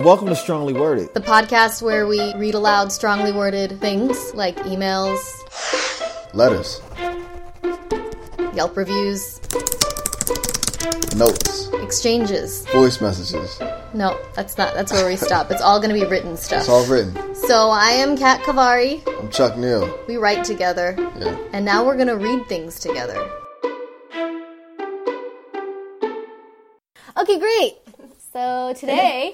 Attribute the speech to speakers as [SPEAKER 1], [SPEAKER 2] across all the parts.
[SPEAKER 1] Welcome to Strongly Worded.
[SPEAKER 2] The podcast where we read aloud strongly worded things like emails,
[SPEAKER 1] Letters,
[SPEAKER 2] Yelp reviews,
[SPEAKER 1] notes,
[SPEAKER 2] exchanges.
[SPEAKER 1] voice messages.
[SPEAKER 2] No, that's not. That's where we stop. It's all going to be written
[SPEAKER 1] It's all
[SPEAKER 2] stuff.
[SPEAKER 1] written.
[SPEAKER 2] So I am Kat Kavari.
[SPEAKER 1] I'm Chuck Neal.
[SPEAKER 2] We write together,
[SPEAKER 1] Yeah.
[SPEAKER 2] and now we're going to read things together. Okay, great. So today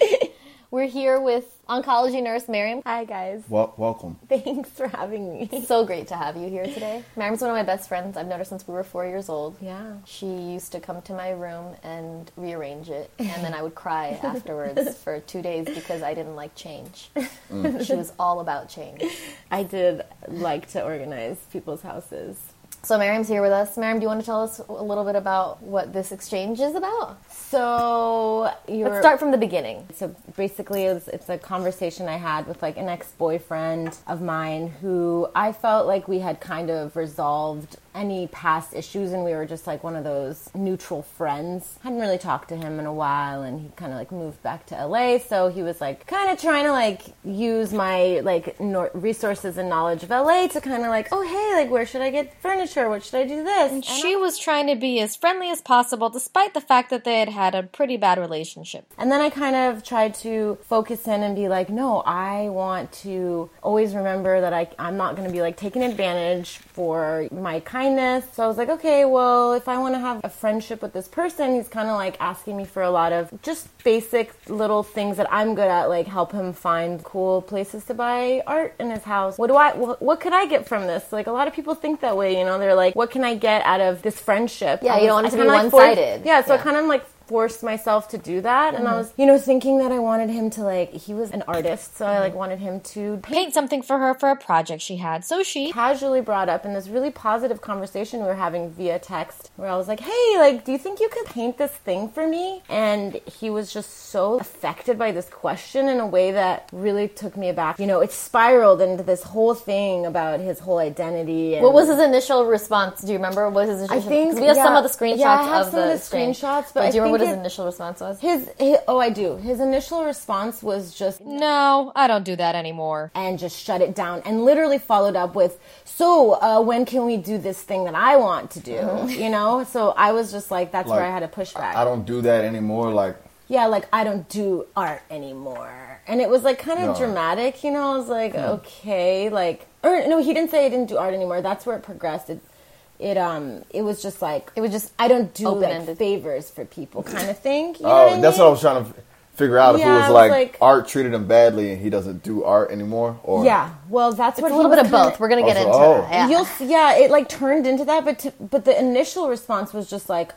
[SPEAKER 2] we're here with oncology nurse Miriam.
[SPEAKER 3] Hi guys,
[SPEAKER 1] Wel- welcome.
[SPEAKER 3] thanks for having me.
[SPEAKER 2] So great to have you here today. Miriam's one of my best friends. I've known her since we were four years old.
[SPEAKER 3] Yeah.
[SPEAKER 2] She used to come to my room and rearrange it, and then I would cry afterwards for two days because I didn't like change. She was all about change.
[SPEAKER 3] I did like to organize people's houses.
[SPEAKER 2] So Miriam's here with us. Miriam, do you want to tell us a little bit about what this exchange is about?
[SPEAKER 3] So you're
[SPEAKER 2] Let's start from the beginning.
[SPEAKER 3] so basically it's, it's a conversation i had with like an ex-boyfriend of mine who i felt like we had kind of resolved any past issues and we were just like one of those neutral friends hadn't really talked to him in a while and he kind of like moved back to la so he was like kind of trying to like use my like nor- resources and knowledge of la to kind of like oh hey like where should i get furniture what should i do this And
[SPEAKER 4] She was trying to be as friendly as possible despite the fact that they had had a pretty bad relationship.
[SPEAKER 3] And then I kind of tried to focus in and be like, no, I want to always remember that I, I'm not going to be like taken advantage for my kindness. So I was like, okay, well, if I want to have a friendship with this person, he's kind of like asking me for a lot of just basic little things that I'm good at, like help him find cool places to buy art in his house. What do I, wh- what could I get from this? Like a lot of people think that way, you know, they're like, what can I get out of this friendship?
[SPEAKER 2] Yeah, you don't want it
[SPEAKER 3] I
[SPEAKER 2] to be
[SPEAKER 3] kinda, like, force-
[SPEAKER 2] one-sided.
[SPEAKER 3] Yeah, so I
[SPEAKER 2] Yeah. Mm-hmm.
[SPEAKER 3] kind of like forced myself to do that and I was you know thinking that I wanted him to like he was an artist so I like
[SPEAKER 2] Mm-hmm.
[SPEAKER 3] wanted him to paint
[SPEAKER 4] Paint something for her for a project she had, so she
[SPEAKER 3] casually brought up in this really positive conversation we were having via text where I was like, "Hey, like do you think you could paint this thing for me?" And he was just so affected by this question in a way that really took me aback. You know, it spiraled into this whole thing about his whole identity and
[SPEAKER 2] What was his initial response? Do you remember? What was his initial
[SPEAKER 3] I think-
[SPEAKER 2] 'cause we have some
[SPEAKER 3] yeah.
[SPEAKER 2] of the screenshots
[SPEAKER 3] Yeah, I have
[SPEAKER 2] of
[SPEAKER 3] some of
[SPEAKER 2] the
[SPEAKER 3] the
[SPEAKER 2] exchange.
[SPEAKER 3] screenshots, but I
[SPEAKER 2] do you remember what
[SPEAKER 3] think
[SPEAKER 2] his
[SPEAKER 3] it-
[SPEAKER 2] initial response was?
[SPEAKER 3] his, his oh I do. His initial response was just
[SPEAKER 4] No, I don't do that anymore.
[SPEAKER 3] and just shut it down and literally followed up with so uh, when can we do this thing that i want to do
[SPEAKER 2] Mm-hmm.
[SPEAKER 3] you know so i was just like that's where i had a pushback
[SPEAKER 5] I, I don't do that anymore. Like,
[SPEAKER 3] yeah like i don't do art anymore and it was like kind of
[SPEAKER 5] No. Hmm.
[SPEAKER 3] dramatic you know i was like okay like or no he didn't say i didn't do art anymore that's where it progressed it, it um it was just like it was just i don't do like
[SPEAKER 2] Open-ended.
[SPEAKER 3] favors for people kind of thing you know
[SPEAKER 5] oh,
[SPEAKER 3] what I
[SPEAKER 5] that's
[SPEAKER 3] mean?
[SPEAKER 5] what I was trying to f- figure out if
[SPEAKER 3] Yeah,
[SPEAKER 5] it was,
[SPEAKER 3] I was
[SPEAKER 5] like,
[SPEAKER 3] like-
[SPEAKER 5] art treated him badly and he doesn't do art anymore, or
[SPEAKER 3] yeah well that's what
[SPEAKER 2] It's a
[SPEAKER 3] he
[SPEAKER 2] little
[SPEAKER 3] was
[SPEAKER 2] bit of
[SPEAKER 3] kinda-
[SPEAKER 2] both. We're gonna get
[SPEAKER 5] Also-
[SPEAKER 2] into
[SPEAKER 5] oh.
[SPEAKER 2] that. Yeah.
[SPEAKER 3] You'll s- yeah, it like turned into that, but t- but the initial response was just like,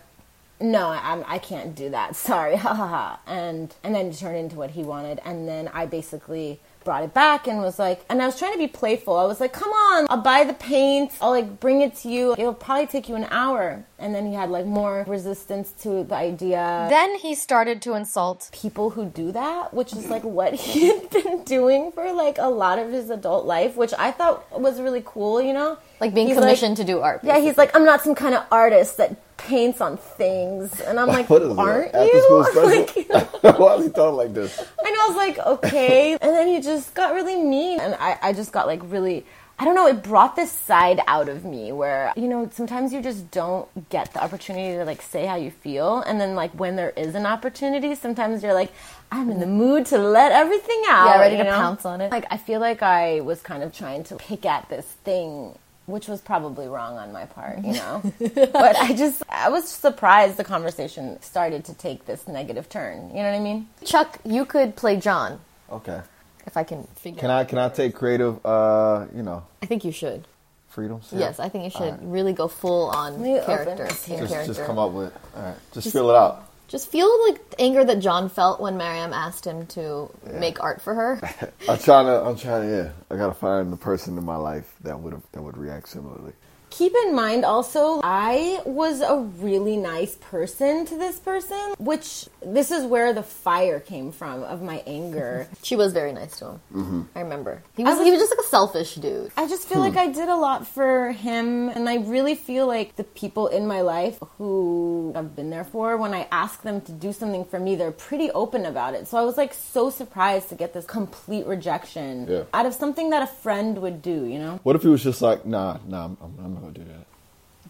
[SPEAKER 3] no, I, I can't do that. Sorry, ha ha ha, and and then it turned into what he wanted, and then I basically brought it back and was like, and I was trying to be playful. I was like, come on, I'll buy the paint, I'll like bring it to you. It'll probably take you an hour, and then he had like more resistance to the idea.
[SPEAKER 4] Then he started to insult.
[SPEAKER 3] People who do that, which is like what he had been doing for like a lot of his adult life, which I thought was really cool, you know?
[SPEAKER 2] like being
[SPEAKER 3] He's
[SPEAKER 2] commissioned to do art.
[SPEAKER 3] yeah, he's like, I'm not some kind of artist that paints on things. And I'm like,
[SPEAKER 5] What is that?
[SPEAKER 3] aren't
[SPEAKER 5] After
[SPEAKER 3] you?
[SPEAKER 5] school special?
[SPEAKER 3] Like,
[SPEAKER 5] why is he talking like this?
[SPEAKER 3] and I was like, okay. And then he just got really mean. And I, I just got like really, I don't know, it brought this side out of me where, you know, sometimes you just don't get the opportunity to like say how you feel. And then like when there is an opportunity, sometimes you're like, I'm in the mood to let everything out.
[SPEAKER 2] Yeah, ready to
[SPEAKER 3] you know?
[SPEAKER 2] pounce on it.
[SPEAKER 3] Like I feel like I was kind of trying to pick at this thing. Which was probably wrong on my part, you know? but I just, I was surprised the conversation started to take this negative turn. You know what I mean?
[SPEAKER 2] Chuck, you could play John
[SPEAKER 5] Okay.
[SPEAKER 2] if I can figure.
[SPEAKER 5] Can I can I take creative, uh, you know,
[SPEAKER 2] I think you should.
[SPEAKER 5] freedoms?
[SPEAKER 2] Yes, I think you should really go full on
[SPEAKER 3] me open
[SPEAKER 2] character.
[SPEAKER 3] this here.
[SPEAKER 2] your
[SPEAKER 5] Just,
[SPEAKER 2] character.
[SPEAKER 5] just come up with, all right, just, fill it out.
[SPEAKER 2] Just feel like the anger that John felt when Mariam asked him to make art for her.
[SPEAKER 5] I'm trying to, I'm trying to, yeah. I gotta find the person in my life that would that would react similarly.
[SPEAKER 3] Keep in mind also, I was a really nice person to this person, which this is where the fire came from of my anger.
[SPEAKER 2] She was very nice to him.
[SPEAKER 5] Mm-hmm.
[SPEAKER 2] I remember. He was, he was just like a selfish dude.
[SPEAKER 3] I just feel like I did a lot for him, and I really feel like the people in my life who I've been there for, when I ask them to do something for me, they're pretty open about it. So I was like so surprised to get this complete rejection
[SPEAKER 5] Yeah.
[SPEAKER 3] out of something that a friend would do, you know?
[SPEAKER 5] What if he was just like, nah, nah, I'm, I'm, I'm not gonna do that.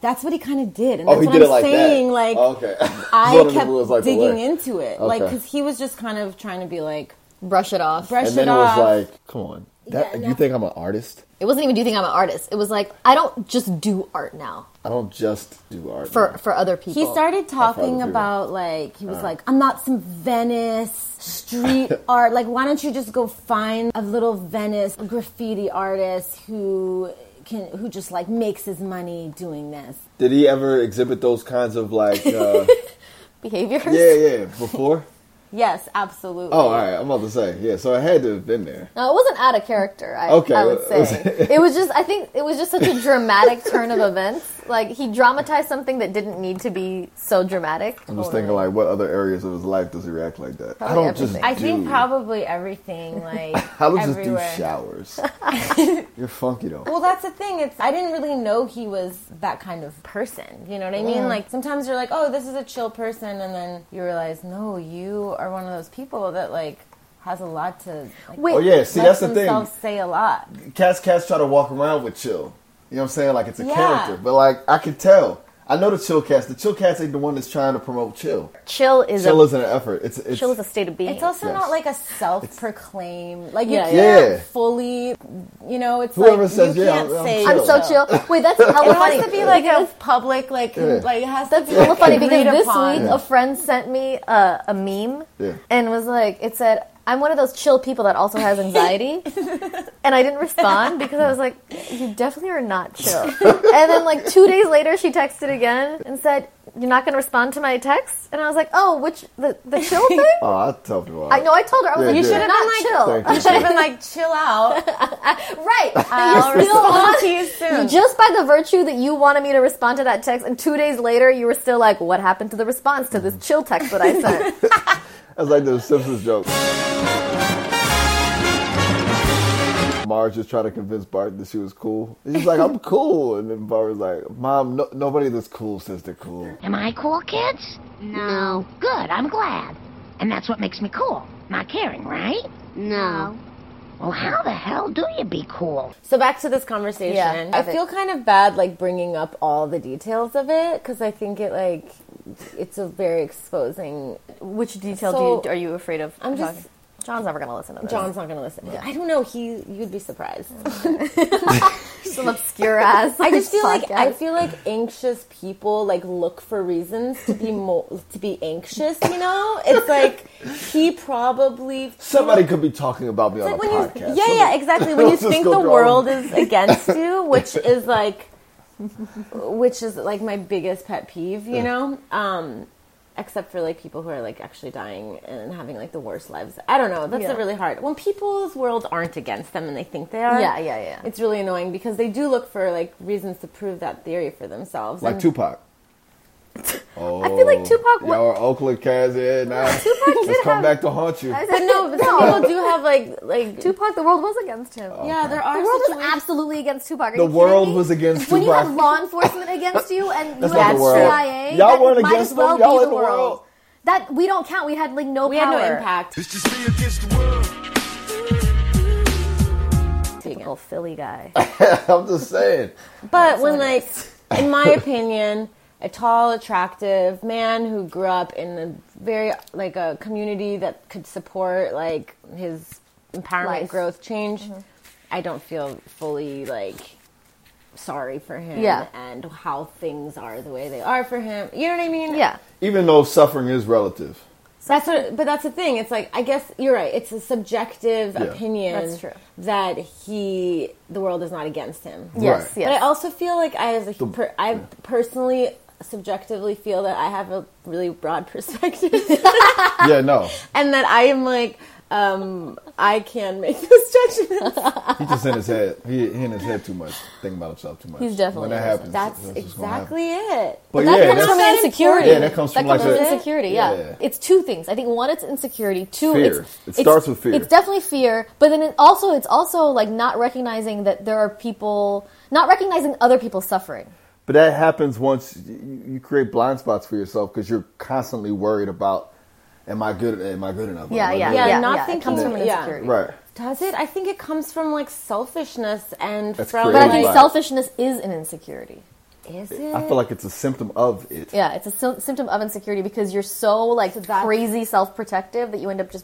[SPEAKER 3] That's what he kind of did, and
[SPEAKER 5] Oh,
[SPEAKER 3] that's
[SPEAKER 5] he
[SPEAKER 3] what
[SPEAKER 5] did
[SPEAKER 3] I'm
[SPEAKER 5] it like that.
[SPEAKER 3] saying. Like,
[SPEAKER 5] Oh, okay. One
[SPEAKER 3] I
[SPEAKER 5] of them
[SPEAKER 3] kept
[SPEAKER 5] was, like,
[SPEAKER 3] digging
[SPEAKER 5] away.
[SPEAKER 3] into it, like
[SPEAKER 5] Okay.
[SPEAKER 3] because he was just kind of trying to be like,
[SPEAKER 2] Brush it off.
[SPEAKER 3] brush
[SPEAKER 5] And then
[SPEAKER 3] it
[SPEAKER 5] it was
[SPEAKER 3] off.
[SPEAKER 5] like, come on, that
[SPEAKER 3] Yeah,
[SPEAKER 5] you
[SPEAKER 3] no.
[SPEAKER 5] think I'm an artist?
[SPEAKER 2] It wasn't even do you think I'm an artist. It was like I don't just do art now
[SPEAKER 5] I don't just do art.
[SPEAKER 2] for for other people.
[SPEAKER 3] He started
[SPEAKER 5] the
[SPEAKER 3] talking
[SPEAKER 5] people.
[SPEAKER 3] about like he was like, I'm not some Venice street art. Like, why don't you just go find a little Venice graffiti artist who can who just like makes his money doing this?
[SPEAKER 5] Did he ever exhibit those kinds of like, uh,
[SPEAKER 2] behaviors.
[SPEAKER 5] yeah, yeah, before?
[SPEAKER 3] Yes, absolutely.
[SPEAKER 5] Oh, all right. I'm about to say, yeah. So I had to have been there.
[SPEAKER 2] No, it wasn't out of character. I,
[SPEAKER 5] Okay,
[SPEAKER 2] I would
[SPEAKER 5] it was-
[SPEAKER 2] say it was just. I think it was just such a dramatic turn of events. Like he dramatized something that didn't need to be so dramatic.
[SPEAKER 5] I'm just thinking like, what other areas of his life does he react like that? I don't just.
[SPEAKER 2] everything.
[SPEAKER 3] I think
[SPEAKER 5] do-
[SPEAKER 3] probably everything like
[SPEAKER 5] I don't just do
[SPEAKER 3] everywhere.
[SPEAKER 5] showers. You're funky though.
[SPEAKER 3] Well, that's the thing. It's I didn't really know he was that kind of person. You know what I
[SPEAKER 2] Mm.
[SPEAKER 3] mean? Like sometimes you're like, oh, this is a chill person, and then you realize, no, you are one of those people that like has a lot to. Like,
[SPEAKER 2] Wait,
[SPEAKER 5] Oh yeah, see that's
[SPEAKER 3] lets
[SPEAKER 5] the thing.
[SPEAKER 3] themselves Say a lot.
[SPEAKER 5] Cats, cats try to walk around with chill. You know what I'm saying? Like it's a
[SPEAKER 3] Yeah.
[SPEAKER 5] character, but like I can tell. I know the chill cats. The chill cats ain't the one that's trying to promote chill.
[SPEAKER 2] chill is
[SPEAKER 5] Chill
[SPEAKER 2] a
[SPEAKER 5] isn't an effort. It's it's
[SPEAKER 2] chill is a state of being.
[SPEAKER 3] It's also
[SPEAKER 5] Yes.
[SPEAKER 3] not like a self-proclaim. Like you
[SPEAKER 2] Yeah,
[SPEAKER 3] can't
[SPEAKER 5] yeah.
[SPEAKER 3] fully, you know. It's
[SPEAKER 5] Whoever
[SPEAKER 3] like,
[SPEAKER 5] says,
[SPEAKER 3] you
[SPEAKER 5] "Yeah,
[SPEAKER 3] can't
[SPEAKER 5] I'm- I'm
[SPEAKER 3] say
[SPEAKER 5] chill."
[SPEAKER 2] I'm so chill. Wait, that's hella
[SPEAKER 3] It has to
[SPEAKER 2] funny.
[SPEAKER 3] be like a public, like like it has
[SPEAKER 2] That's
[SPEAKER 3] to be
[SPEAKER 2] hella funny because
[SPEAKER 3] agreed
[SPEAKER 2] this
[SPEAKER 3] upon.
[SPEAKER 2] week a friend sent me a, a meme
[SPEAKER 5] Yeah.
[SPEAKER 2] and was like, it said, "I'm one of those chill people that also has anxiety," and I didn't respond because I was like, "You definitely are not chill." and then like two days later, she texted again and said, "You're not going to respond to my text," and I was like, "Oh, which the the chill thing?"
[SPEAKER 5] Oh, I tell people.
[SPEAKER 2] I know I told her I was
[SPEAKER 5] Yeah,
[SPEAKER 2] like,
[SPEAKER 5] you
[SPEAKER 2] "You should
[SPEAKER 5] did.
[SPEAKER 2] have
[SPEAKER 3] Thank
[SPEAKER 2] not chill."
[SPEAKER 5] Thank you.
[SPEAKER 3] Should have been like, chill out.
[SPEAKER 2] Right.
[SPEAKER 3] I'll
[SPEAKER 2] You're still
[SPEAKER 3] respond
[SPEAKER 2] on-
[SPEAKER 3] to you soon.
[SPEAKER 2] Just by the virtue that you wanted me to respond to that text, and two days later you were still like, "What happened to the response to this chill text that I sent?"
[SPEAKER 5] That's like the Simpsons joke. Marge just trying to convince Bart that she was cool. And She's like, I'm cool. And then Bart was like, Mom, no, nobody that's cool says they're cool.
[SPEAKER 6] Am I cool, kids? No. Good, I'm glad. And that's what makes me cool. Not caring, right? No. Well, how the hell do you be cool?
[SPEAKER 3] So back to this conversation.
[SPEAKER 2] Yeah,
[SPEAKER 3] I
[SPEAKER 2] of it.
[SPEAKER 3] feel kind of bad like bringing up all the details of it because I think it like it's a very exposing.
[SPEAKER 2] Which detail
[SPEAKER 3] So,
[SPEAKER 2] do you, are you afraid of?
[SPEAKER 3] I'm just-
[SPEAKER 2] talking? John's never gonna listen to this.
[SPEAKER 3] John's not gonna listen. I don't know. He you'd be surprised.
[SPEAKER 2] some obscure ass.
[SPEAKER 3] I just feel like I
[SPEAKER 2] podcast.
[SPEAKER 3] feel like anxious people like look for reasons to be mo- to be anxious. You know, it's like he probably
[SPEAKER 5] Somebody could be talking about me on
[SPEAKER 3] Like
[SPEAKER 5] a
[SPEAKER 3] when
[SPEAKER 5] podcast.
[SPEAKER 3] you, yeah, yeah, exactly. When you
[SPEAKER 5] Let's just
[SPEAKER 3] think
[SPEAKER 5] go
[SPEAKER 3] the
[SPEAKER 5] draw.
[SPEAKER 3] world is against you, which is like, which is like my biggest pet peeve, you know. Um, except for like people who are like actually dying and having like the worst lives. I don't know. That's
[SPEAKER 2] Yeah.
[SPEAKER 3] a really hard. When people's world aren't against them and they think they are,
[SPEAKER 2] Yeah, yeah, yeah.
[SPEAKER 3] It's really annoying because they do look for like reasons to prove that theory for themselves.
[SPEAKER 5] Like
[SPEAKER 3] And-
[SPEAKER 5] Tupac. Oh, I
[SPEAKER 2] feel like Tupac wa-
[SPEAKER 5] Y'all are Oakland cats, yeah, nah.
[SPEAKER 2] Tupac
[SPEAKER 5] Let's
[SPEAKER 2] did
[SPEAKER 5] come
[SPEAKER 2] have-
[SPEAKER 5] back to haunt you.
[SPEAKER 2] I
[SPEAKER 3] but
[SPEAKER 2] said,
[SPEAKER 3] no, Oh. but some people do have like like.
[SPEAKER 2] Tupac, the world was against him.
[SPEAKER 3] yeah, there are
[SPEAKER 2] The world was
[SPEAKER 3] situations-
[SPEAKER 2] absolutely against Tupac.
[SPEAKER 5] The
[SPEAKER 2] Are you kidding
[SPEAKER 5] world
[SPEAKER 2] me?
[SPEAKER 5] was against
[SPEAKER 2] When you
[SPEAKER 5] Tupac.
[SPEAKER 2] have law enforcement against you and you
[SPEAKER 5] That's not
[SPEAKER 2] have
[SPEAKER 5] the world.
[SPEAKER 2] CIA,
[SPEAKER 5] Y'all
[SPEAKER 2] that
[SPEAKER 5] weren't
[SPEAKER 2] might
[SPEAKER 5] against
[SPEAKER 2] as well
[SPEAKER 5] them. Y'all in
[SPEAKER 2] be the
[SPEAKER 5] the
[SPEAKER 2] world.
[SPEAKER 5] world.
[SPEAKER 2] That we don't count. We had like no
[SPEAKER 3] we had
[SPEAKER 2] power.
[SPEAKER 3] no impact.
[SPEAKER 7] It's just me against the world.
[SPEAKER 2] Typical Philly guy.
[SPEAKER 5] I'm just saying.
[SPEAKER 3] But when, like, in my opinion, a tall, attractive man who grew up in a very, like, a community that could support, like, his empowerment,
[SPEAKER 2] Life. Mm-hmm.
[SPEAKER 3] growth, change, I don't feel fully, like, sorry for him
[SPEAKER 2] Yeah.
[SPEAKER 3] and how things are the way they are for him. You know what I mean?
[SPEAKER 2] yeah.
[SPEAKER 5] Even though suffering is relative.
[SPEAKER 3] That's what, but that's the thing. It's like I guess you're right. It's a subjective
[SPEAKER 5] Yeah.
[SPEAKER 3] opinion
[SPEAKER 2] That's true.
[SPEAKER 3] that he, the world is not against him.
[SPEAKER 2] Yes.
[SPEAKER 5] Right.
[SPEAKER 2] Yes.
[SPEAKER 3] But I also feel like I, as a, per, I personally, subjectively feel that I have a really broad perspective,
[SPEAKER 5] Yeah, no.
[SPEAKER 3] and that I am like um, I can make those judgments.
[SPEAKER 5] He just in his head. He, he in his head too much. Thinking about himself too much.
[SPEAKER 2] He's definitely
[SPEAKER 5] when that
[SPEAKER 2] in
[SPEAKER 5] happens.
[SPEAKER 2] his
[SPEAKER 3] That's
[SPEAKER 5] what's gonna happen.
[SPEAKER 3] exactly it.
[SPEAKER 5] But
[SPEAKER 2] That
[SPEAKER 5] yeah,
[SPEAKER 2] comes
[SPEAKER 5] that's-
[SPEAKER 2] from
[SPEAKER 3] that
[SPEAKER 2] insecurity.
[SPEAKER 5] Yeah, that comes from like
[SPEAKER 2] comes
[SPEAKER 5] a-
[SPEAKER 2] from insecurity. Yeah.
[SPEAKER 5] Yeah.
[SPEAKER 2] it's two things. I think one, it's insecurity. Two,
[SPEAKER 5] Fear.
[SPEAKER 2] It's,
[SPEAKER 5] It starts with fear.
[SPEAKER 2] It's definitely fear, but then it also it's also like not recognizing that there are people, not recognizing other people suffering.
[SPEAKER 5] But that happens once you, you create blind spots for yourself because you're constantly worried about, am I good? Am I good enough? Am
[SPEAKER 2] Yeah,
[SPEAKER 5] I
[SPEAKER 2] yeah,
[SPEAKER 5] good
[SPEAKER 2] yeah.
[SPEAKER 5] enough?
[SPEAKER 3] not
[SPEAKER 2] yeah,
[SPEAKER 3] thinking-
[SPEAKER 2] it comes from
[SPEAKER 3] yeah.
[SPEAKER 2] insecurity.
[SPEAKER 5] Right.
[SPEAKER 3] Does it? I think it comes from like selfishness and
[SPEAKER 5] That's
[SPEAKER 3] from
[SPEAKER 5] crazy.
[SPEAKER 2] But I
[SPEAKER 5] Right.
[SPEAKER 2] think
[SPEAKER 3] like,
[SPEAKER 2] selfishness is an insecurity.
[SPEAKER 3] is it?
[SPEAKER 5] I feel like it's a symptom of it.
[SPEAKER 2] Yeah, it's a sy- symptom of insecurity because you're so like
[SPEAKER 3] that's-
[SPEAKER 2] crazy self-protective that you end up just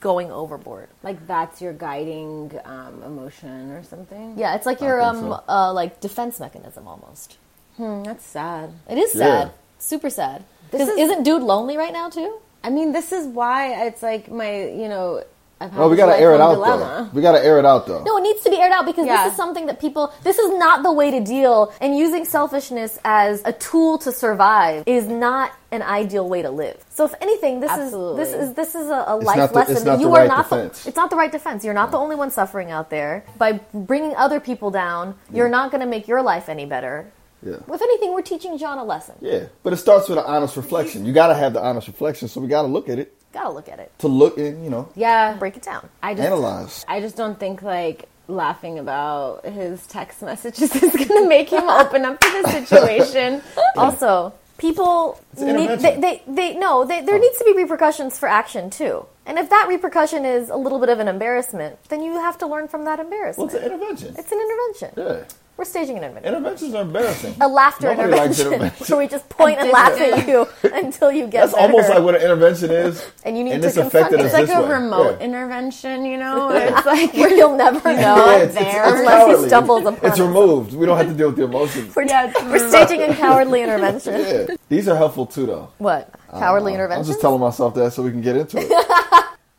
[SPEAKER 2] going overboard.
[SPEAKER 3] like that's your guiding um, emotion or something.
[SPEAKER 2] Yeah, it's like your
[SPEAKER 5] think
[SPEAKER 2] um
[SPEAKER 5] so.
[SPEAKER 2] uh, like defense mechanism almost.
[SPEAKER 3] Hmm, that's sad.
[SPEAKER 2] It is
[SPEAKER 5] Yeah.
[SPEAKER 2] sad, super sad.
[SPEAKER 3] This
[SPEAKER 2] Because
[SPEAKER 3] is-
[SPEAKER 2] isn't dude lonely right now too?
[SPEAKER 3] I mean, this is why it's like my you know. I've had
[SPEAKER 5] No, we
[SPEAKER 3] this
[SPEAKER 5] gotta air it
[SPEAKER 3] lifelong
[SPEAKER 5] out
[SPEAKER 3] dilemma.
[SPEAKER 5] though. We gotta air it out though.
[SPEAKER 2] No, it needs to be aired out because
[SPEAKER 3] Yeah.
[SPEAKER 2] this is something that people. This is not the way to deal. And using selfishness as a tool to survive is not an ideal way to live. So, if anything, this
[SPEAKER 3] Absolutely.
[SPEAKER 2] is this is this is a, a life
[SPEAKER 5] not the-
[SPEAKER 2] lesson
[SPEAKER 5] it's
[SPEAKER 2] that
[SPEAKER 5] not
[SPEAKER 2] you
[SPEAKER 5] the
[SPEAKER 2] are
[SPEAKER 5] right
[SPEAKER 2] not.
[SPEAKER 5] defense.
[SPEAKER 2] The, it's not the right defense. You're not the only one suffering out there. By bringing other people down, you're not going to make your life any better.
[SPEAKER 5] Yeah.
[SPEAKER 2] If anything, we're teaching John a lesson.
[SPEAKER 5] Yeah, but it starts with an honest reflection. You gotta have the honest reflection, so we gotta look at it
[SPEAKER 2] Gotta look at it.
[SPEAKER 5] to look and you know
[SPEAKER 3] Yeah,
[SPEAKER 2] Break it down.
[SPEAKER 3] I just
[SPEAKER 5] analyze.
[SPEAKER 3] I just don't think like laughing about his text messages is going to make him open up to the situation.
[SPEAKER 2] Also, people need, they,
[SPEAKER 5] intervention. Oh.
[SPEAKER 2] they they no they, there needs to be repercussions for action too. And if that repercussion is a little bit of an embarrassment, then you have to learn from that embarrassment.
[SPEAKER 5] What's an intervention?
[SPEAKER 2] it's an intervention.
[SPEAKER 5] Yeah,
[SPEAKER 2] We're staging an intervention.
[SPEAKER 5] interventions are embarrassing.
[SPEAKER 2] a laughter
[SPEAKER 5] Nobody likes
[SPEAKER 2] intervention,
[SPEAKER 5] interventions.
[SPEAKER 2] where we just point and laugh at you until you get
[SPEAKER 5] That's
[SPEAKER 2] better.
[SPEAKER 5] almost like what an intervention is,
[SPEAKER 2] And you need
[SPEAKER 5] and
[SPEAKER 2] to
[SPEAKER 5] it's
[SPEAKER 2] confront
[SPEAKER 5] affected
[SPEAKER 2] it.
[SPEAKER 5] us
[SPEAKER 3] It's like
[SPEAKER 5] this
[SPEAKER 3] a
[SPEAKER 5] way.
[SPEAKER 3] remote
[SPEAKER 5] Yeah.
[SPEAKER 3] intervention, you know? It's like
[SPEAKER 2] where you'll never know
[SPEAKER 5] Yeah, it's, it's-
[SPEAKER 3] there.
[SPEAKER 5] it's
[SPEAKER 2] unless
[SPEAKER 5] cowardly.
[SPEAKER 2] he stumbles upon
[SPEAKER 5] It's
[SPEAKER 2] it.
[SPEAKER 5] removed. We don't have to deal with the emotions.
[SPEAKER 2] We're,
[SPEAKER 3] Yeah, it's-
[SPEAKER 2] we're staging a cowardly intervention.
[SPEAKER 5] Yeah. These are helpful too, though.
[SPEAKER 2] What cowardly
[SPEAKER 5] I'm
[SPEAKER 2] intervention?
[SPEAKER 5] just telling myself that so we can get into it.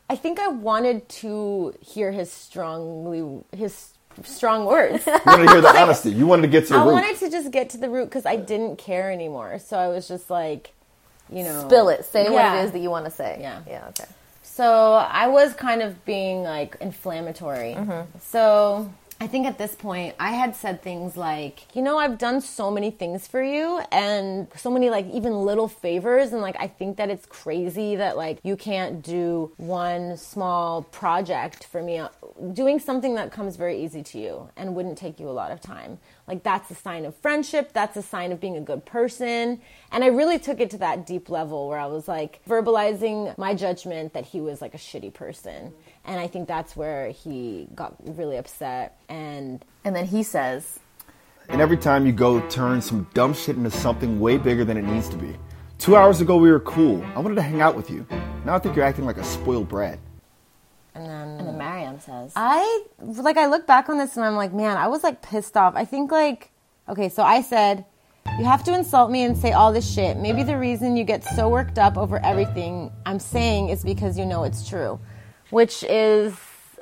[SPEAKER 3] I think I wanted to hear his strongly his strong words.
[SPEAKER 5] You wanted to hear the honesty. You wanted to get to the
[SPEAKER 3] I
[SPEAKER 5] root.
[SPEAKER 3] wanted to just get to the root cuz I didn't care anymore. So I was just like, you know,
[SPEAKER 2] Spill it. Say what
[SPEAKER 3] Yeah.
[SPEAKER 2] it is that you want to say.
[SPEAKER 3] Yeah.
[SPEAKER 2] Yeah. Okay.
[SPEAKER 3] So I was kind of being like inflammatory. So I think at this point I had said things like, you know, I've done so many things for you and so many like even little favors and like I think that it's crazy that like you can't do one small project for me doing something that comes very easy to you and wouldn't take you a lot of time. Like that's a sign of friendship, that's a sign of being a good person. And I really took it to that deep level where I was like verbalizing my judgment that he was like a shitty person. And I think that's where he got really upset and
[SPEAKER 2] And then he says,
[SPEAKER 5] And every time you go, turn some dumb shit into something way bigger than it needs to be. Two hours ago, we were cool. I wanted to hang out with you. Now I think you're acting like a spoiled brat.
[SPEAKER 3] and then
[SPEAKER 4] And then Mariam says,
[SPEAKER 3] I like I look back on this and I'm like, man, I was like pissed off. I think like okay, so I said, you have to insult me and say all this shit. Maybe the reason you get so worked up over everything I'm saying is because you know it's true, which is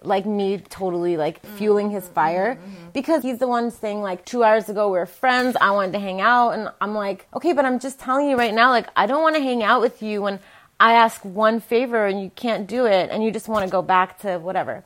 [SPEAKER 3] like me totally like fueling his fire because he's the one saying like 2 hours ago we were friends, I wanted to hang out and I'm like, okay, but I'm just telling you right now like I don't want to hang out with you when I ask one favor and you can't do it and you just want to go back to whatever.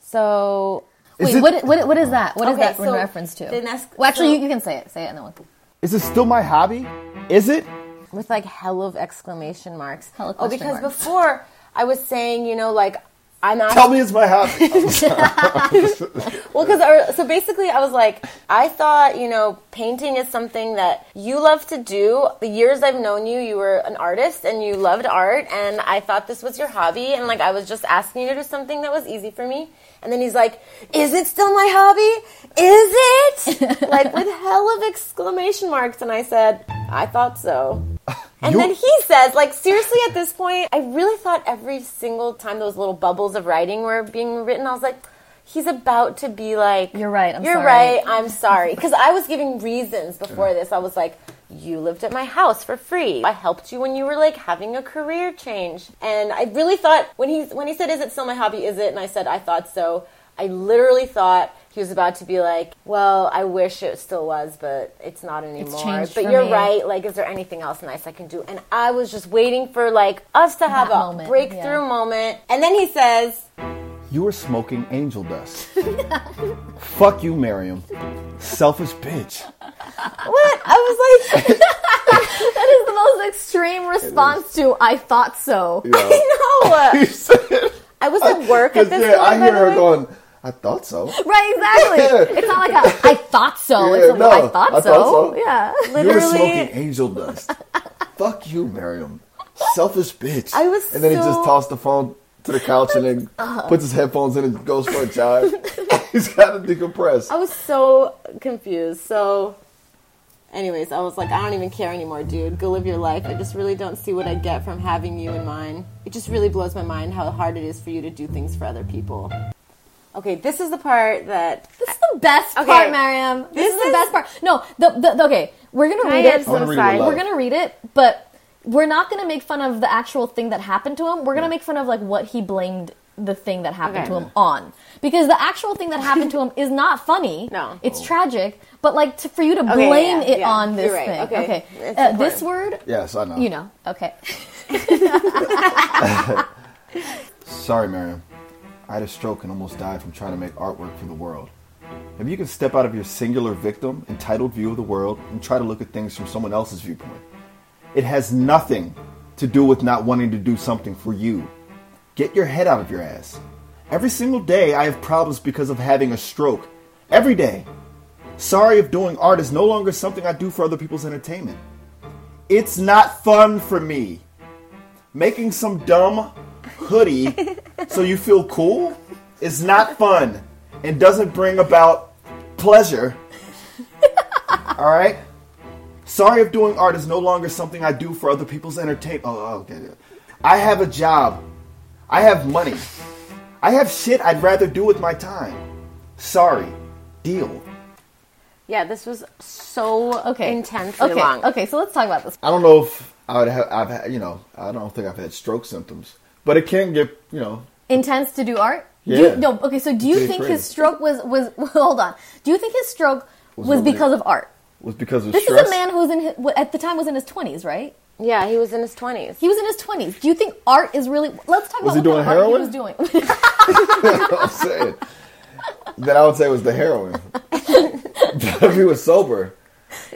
[SPEAKER 3] So
[SPEAKER 5] Is
[SPEAKER 2] "Wait,
[SPEAKER 5] it-
[SPEAKER 2] what, what? What is that? What is
[SPEAKER 3] Okay,
[SPEAKER 2] that in
[SPEAKER 3] so
[SPEAKER 2] reference to?"
[SPEAKER 3] the next-
[SPEAKER 2] well, actually,
[SPEAKER 3] so-
[SPEAKER 2] you, you can say it. Say it, and then we'll.
[SPEAKER 5] Is it still my hobby? Is it?
[SPEAKER 3] with like hell of exclamation marks.
[SPEAKER 2] Hell of
[SPEAKER 3] oh,
[SPEAKER 2] question
[SPEAKER 3] because
[SPEAKER 2] marks.
[SPEAKER 3] before I was saying, you know, like I'm not
[SPEAKER 5] Tell me it's my hobby. I'm sorry.
[SPEAKER 3] well because so basically I was like I thought you know painting is something that you love to do. The years I've known you, you were an artist and you loved art, and I thought this was your hobby, and like I was just asking you to do something that was easy for me. And then he's like, "Is it still my hobby? Is it?" like with hell of exclamation marks, and I said, "I thought so." And
[SPEAKER 5] You-
[SPEAKER 3] then he says, like, seriously, at this point, I really thought every single time those little bubbles of writing were being written, I was like, he's about to be like,
[SPEAKER 2] You're right, I'm
[SPEAKER 3] you're
[SPEAKER 2] sorry."
[SPEAKER 3] right. I'm sorry. Because I was giving reasons before this. I was like, you lived at my house for free. I helped you when you were like having a career change. And I really thought when he when he said, "Is it still my hobby? Is it?" and I said, "I thought so." I literally thought he was about to be like, "Well, I wish it still was, but it's not anymore."
[SPEAKER 4] changed
[SPEAKER 3] but
[SPEAKER 4] for
[SPEAKER 3] you're
[SPEAKER 4] me."
[SPEAKER 3] right. Like, is there anything else nice I can do? And I was just waiting for like us to have
[SPEAKER 4] That
[SPEAKER 3] a
[SPEAKER 4] moment,
[SPEAKER 3] breakthrough
[SPEAKER 4] yeah.
[SPEAKER 3] moment, and then he says,
[SPEAKER 5] You are smoking angel dust. Fuck you, Miriam. Selfish bitch.
[SPEAKER 2] What? I was like, that is the most extreme response to "I thought so."
[SPEAKER 1] Yeah.
[SPEAKER 3] "No."
[SPEAKER 1] You said-
[SPEAKER 3] I was at work at
[SPEAKER 1] 'Cause,
[SPEAKER 3] this
[SPEAKER 1] yeah,
[SPEAKER 3] point.
[SPEAKER 1] I
[SPEAKER 3] by
[SPEAKER 1] hear
[SPEAKER 3] the
[SPEAKER 1] her
[SPEAKER 3] way.
[SPEAKER 1] going, I thought so.
[SPEAKER 2] Right? Exactly.
[SPEAKER 1] Yeah.
[SPEAKER 2] It's not like a "I thought so."
[SPEAKER 1] Yeah,
[SPEAKER 2] it's a
[SPEAKER 1] no,
[SPEAKER 2] "I thought
[SPEAKER 1] I thought
[SPEAKER 2] so."
[SPEAKER 1] so.
[SPEAKER 2] Yeah.
[SPEAKER 5] You are
[SPEAKER 3] Literally-
[SPEAKER 5] smoking angel dust. Fuck you, Miriam. Selfish bitch.
[SPEAKER 3] I was
[SPEAKER 5] And then he just
[SPEAKER 3] so- Uh-huh.
[SPEAKER 5] tossed the phone to the couch and then puts his headphones in and goes for a jog. He's got to decompress.
[SPEAKER 3] I was so confused. So, anyways, I was like, I don't even care anymore, dude. Go live your life. I just really don't see what I get from having you in mine. It just really blows my mind how hard it is for you to do things for other people. Okay, this is the part that
[SPEAKER 2] This is the best
[SPEAKER 3] Okay.
[SPEAKER 2] part, Mariam. This, is, the best part. No, the, the okay. We're gonna read
[SPEAKER 6] add
[SPEAKER 2] it.
[SPEAKER 6] some I wanna
[SPEAKER 5] read it side? loud.
[SPEAKER 2] We're gonna read it, but we're not gonna make fun of the actual thing that happened to him. We're gonna make fun of like what he blamed the thing that happened
[SPEAKER 3] Okay.
[SPEAKER 2] to him on, because the actual thing that happened to him is not funny.
[SPEAKER 3] No.
[SPEAKER 2] it's tragic. But like to, for you to
[SPEAKER 3] yeah,
[SPEAKER 2] blame
[SPEAKER 3] yeah,
[SPEAKER 2] it
[SPEAKER 3] yeah.
[SPEAKER 2] on this
[SPEAKER 3] You're right.
[SPEAKER 2] thing.
[SPEAKER 3] Okay.
[SPEAKER 2] Okay,
[SPEAKER 3] It's
[SPEAKER 2] Uh, this
[SPEAKER 3] important.
[SPEAKER 2] word,
[SPEAKER 5] yes, I know.
[SPEAKER 2] you know. Okay,
[SPEAKER 5] Sorry, Miriam. I had a stroke and almost died from trying to make artwork for the world. Maybe you can step out of your singular victim, entitled view of the world and try to look at things from someone else's viewpoint. It has nothing to do with not wanting to do something for you. Get your head out of your ass. Every single day, I have problems because of having a stroke. Every day. Sorry if doing art is no longer something I do for other people's entertainment. It's not fun for me. Making some dumb hoodie so you feel cool is not fun and doesn't bring about pleasure. All right? Sorry if doing art is no longer something I do for other people's entertainment. Oh, okay. I have a job. I have money. I have shit I'd rather do with my time. Sorry. Deal.
[SPEAKER 3] yeah, this was so
[SPEAKER 2] okay,
[SPEAKER 3] intensely
[SPEAKER 2] okay,
[SPEAKER 3] long.
[SPEAKER 2] okay. So let's talk about this.
[SPEAKER 5] I don't know if I would have, I've had, you know, I don't think I've had stroke symptoms, but it can get, you know,
[SPEAKER 2] Intense to do art. Do
[SPEAKER 5] Yeah.
[SPEAKER 2] You, no. Okay. So do you
[SPEAKER 5] It's
[SPEAKER 2] think
[SPEAKER 5] great.
[SPEAKER 2] his stroke was was hold on? Do you think his stroke was
[SPEAKER 5] related.
[SPEAKER 2] because of art?
[SPEAKER 5] was because of
[SPEAKER 2] This
[SPEAKER 5] stress.
[SPEAKER 2] is a man who was in his, at the time was in his twenties, right?
[SPEAKER 3] Yeah, he was in his twenties.
[SPEAKER 2] He was in his twenties. Do you think art is really? Let's talk
[SPEAKER 5] Was he
[SPEAKER 2] about
[SPEAKER 5] doing
[SPEAKER 2] what kind of
[SPEAKER 5] heroin?
[SPEAKER 2] art he was doing.
[SPEAKER 5] I'm saying. That I would say was the heroin. but if he was sober,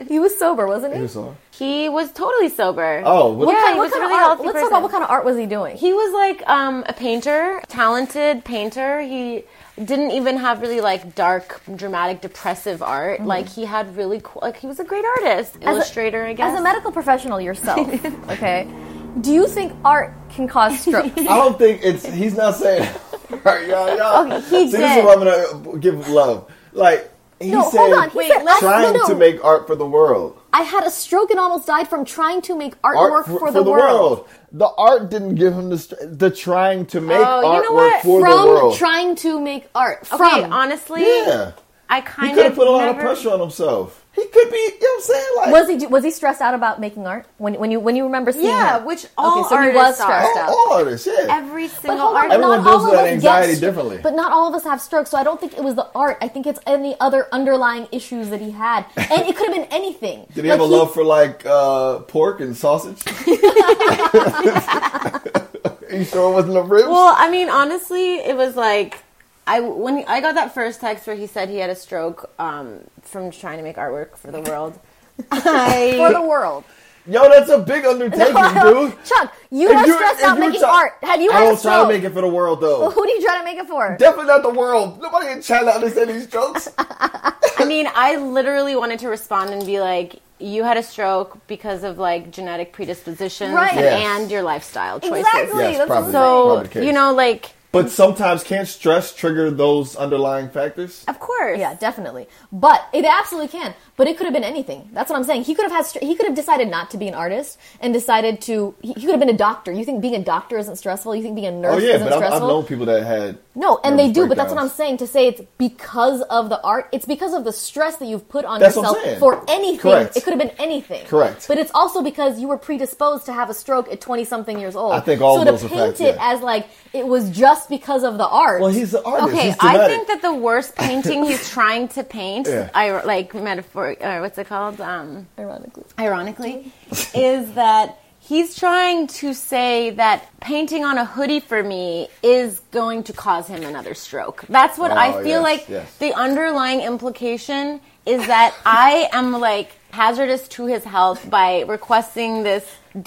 [SPEAKER 2] he was sober, wasn't he?
[SPEAKER 5] he was sober.
[SPEAKER 3] He was totally sober.
[SPEAKER 5] Oh, what-
[SPEAKER 2] What
[SPEAKER 3] yeah,
[SPEAKER 2] kind-
[SPEAKER 3] he
[SPEAKER 2] what
[SPEAKER 3] was a
[SPEAKER 2] kind of
[SPEAKER 3] really
[SPEAKER 2] art-
[SPEAKER 3] healthy
[SPEAKER 2] Let's
[SPEAKER 3] person.
[SPEAKER 2] talk about what kind of art was he doing.
[SPEAKER 3] He was like um, a painter, talented painter. He didn't even have really like dark, dramatic, depressive art. Like he had really cool. Like he was a great artist,
[SPEAKER 2] a-
[SPEAKER 3] illustrator. I guess.
[SPEAKER 2] Mm-hmm. As a medical professional yourself, okay, do you think art can cause strokes?
[SPEAKER 5] I don't think it's. He's not saying. Alright, y'all, y'all.
[SPEAKER 3] Okay,
[SPEAKER 2] Oh,
[SPEAKER 3] he
[SPEAKER 5] See, this is
[SPEAKER 3] did.
[SPEAKER 5] what I'm gonna give love. Like he
[SPEAKER 2] No, hold
[SPEAKER 5] said,
[SPEAKER 2] on, he said, let's-
[SPEAKER 5] trying
[SPEAKER 2] no, no.
[SPEAKER 5] to make art for the world.
[SPEAKER 2] I had a stroke and almost died from trying to make
[SPEAKER 5] Art
[SPEAKER 2] artwork
[SPEAKER 5] for,
[SPEAKER 2] for, the, world.
[SPEAKER 5] The art didn't give him the str- the trying to make
[SPEAKER 3] Oh, you
[SPEAKER 5] artwork
[SPEAKER 3] know what?
[SPEAKER 5] for the
[SPEAKER 2] From
[SPEAKER 5] world.
[SPEAKER 2] trying to make art. From
[SPEAKER 3] okay, honestly,
[SPEAKER 5] yeah,
[SPEAKER 3] I
[SPEAKER 5] he
[SPEAKER 3] kind
[SPEAKER 5] could
[SPEAKER 3] of
[SPEAKER 5] have put a lot of
[SPEAKER 3] never-
[SPEAKER 5] pressure on himself. He could be. You know what I'm saying? Like
[SPEAKER 2] was he was he stressed out about making art when when you when you remember seeing
[SPEAKER 3] Yeah,
[SPEAKER 2] him?
[SPEAKER 3] which all
[SPEAKER 2] okay, so he
[SPEAKER 3] artists
[SPEAKER 2] was
[SPEAKER 3] are.
[SPEAKER 2] stressed
[SPEAKER 5] all,
[SPEAKER 2] out.
[SPEAKER 5] all artists. Yeah.
[SPEAKER 3] Every
[SPEAKER 2] But
[SPEAKER 3] single
[SPEAKER 2] hold on,
[SPEAKER 3] art.
[SPEAKER 5] Everyone
[SPEAKER 2] not
[SPEAKER 5] deals
[SPEAKER 2] all
[SPEAKER 5] with that
[SPEAKER 2] of us
[SPEAKER 5] anxiety
[SPEAKER 2] get stro-
[SPEAKER 5] differently.
[SPEAKER 2] But not all of us have strokes, so I don't think it was the art. I think it's any other underlying issues that he had, and it could have been anything.
[SPEAKER 5] Did he have a love for like uh, pork and sausage? you sure it wasn't the ribs?
[SPEAKER 3] Well, I mean, honestly, it was like I when I got that first text where he said he had a stroke um, from trying to make artwork for the world. I
[SPEAKER 2] for the world?
[SPEAKER 5] Yo, that's a big undertaking, dude.
[SPEAKER 2] Chuck, you
[SPEAKER 5] If
[SPEAKER 2] were
[SPEAKER 5] you-
[SPEAKER 2] stressed
[SPEAKER 5] if
[SPEAKER 2] out
[SPEAKER 5] you
[SPEAKER 2] making
[SPEAKER 5] try-
[SPEAKER 2] art. Had you
[SPEAKER 5] I
[SPEAKER 2] had a
[SPEAKER 5] don't try
[SPEAKER 2] stroke?
[SPEAKER 5] to make it for the world, though.
[SPEAKER 2] Who do you try to make it for?
[SPEAKER 5] Definitely not the world. Nobody in China understands these jokes.
[SPEAKER 3] I mean, I literally wanted to respond and be like, "You had a stroke because of like genetic predispositions
[SPEAKER 2] Right.
[SPEAKER 3] and,
[SPEAKER 5] Yes.
[SPEAKER 3] and your lifestyle choices."
[SPEAKER 2] Exactly.
[SPEAKER 5] Yes,
[SPEAKER 2] that's
[SPEAKER 5] probably.
[SPEAKER 3] So
[SPEAKER 5] Probably the case.
[SPEAKER 3] you know, like,
[SPEAKER 5] but sometimes can't stress trigger those underlying factors?
[SPEAKER 3] of course,
[SPEAKER 2] Yeah, definitely. But it absolutely can. But it could have been anything. That's what I'm saying. He could have had. str- He could have decided not to be an artist and decided to. He, he could have been a doctor. You think being a doctor isn't stressful? You think being a nurse
[SPEAKER 5] Oh yeah,
[SPEAKER 2] isn't
[SPEAKER 5] but I've, I've
[SPEAKER 2] stressful?
[SPEAKER 5] known people that had
[SPEAKER 2] No, and they
[SPEAKER 5] nervous
[SPEAKER 2] do, but that's what I'm
[SPEAKER 5] breakdowns.
[SPEAKER 2] saying. To say it's because of the art, it's because of the stress that you've put on
[SPEAKER 5] That's what I'm
[SPEAKER 2] yourself
[SPEAKER 5] saying.
[SPEAKER 2] for anything.
[SPEAKER 5] Correct.
[SPEAKER 2] It could have been anything.
[SPEAKER 5] Correct.
[SPEAKER 2] But it's also because you were predisposed to have a stroke at 20 something years old.
[SPEAKER 5] I think all
[SPEAKER 2] so
[SPEAKER 5] of those
[SPEAKER 2] to
[SPEAKER 5] are
[SPEAKER 2] paint
[SPEAKER 5] facts,
[SPEAKER 2] it
[SPEAKER 5] yeah.
[SPEAKER 2] as like it was just just because of the art.
[SPEAKER 5] Well, he's the artist.
[SPEAKER 3] Okay,
[SPEAKER 5] he's
[SPEAKER 3] I
[SPEAKER 5] thematic.
[SPEAKER 3] think that the worst painting he's trying to paint,
[SPEAKER 5] Yeah.
[SPEAKER 3] I, like metaphor, or what's it called? Um,
[SPEAKER 2] ironically.
[SPEAKER 3] ironically, is that he's trying to say that painting on a hoodie for me is going to cause him another stroke. That's what I
[SPEAKER 5] Oh, yes,
[SPEAKER 3] feel like
[SPEAKER 5] yes.
[SPEAKER 3] the underlying implication is that I am like hazardous to his health by requesting this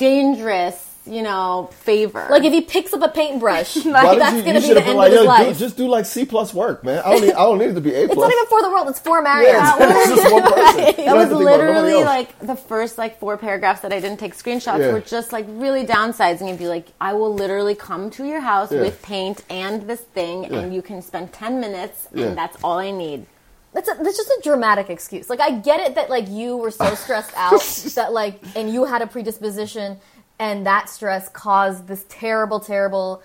[SPEAKER 3] dangerous, you know, favor.
[SPEAKER 2] Like if he picks up a paintbrush,
[SPEAKER 5] Why
[SPEAKER 2] like,
[SPEAKER 5] did
[SPEAKER 2] that's
[SPEAKER 5] you- you
[SPEAKER 2] gonna be
[SPEAKER 5] should've been
[SPEAKER 2] the end
[SPEAKER 5] like,
[SPEAKER 2] of his
[SPEAKER 5] "Yo, dude,
[SPEAKER 2] life.
[SPEAKER 5] just do like C plus work, man. I don't need, I don't need it to be A
[SPEAKER 2] it's not
[SPEAKER 5] plus.
[SPEAKER 2] even for the world. It's for Mario.
[SPEAKER 5] yeah, it's just one person. You don't have
[SPEAKER 3] That was
[SPEAKER 5] to think about nobody
[SPEAKER 3] literally
[SPEAKER 5] else.
[SPEAKER 3] like the first like four paragraphs that I didn't take screenshots
[SPEAKER 5] Yeah.
[SPEAKER 3] were just like really downsizing and be like, I will literally come to your house
[SPEAKER 5] Yeah.
[SPEAKER 3] with paint and this thing
[SPEAKER 5] Yeah.
[SPEAKER 3] and you can spend ten minutes
[SPEAKER 5] Yeah.
[SPEAKER 3] and that's all I need.
[SPEAKER 2] That's, a, that's just a dramatic excuse. Like I get it that like you were so stressed out that like and you had a predisposition and that stress caused this terrible terrible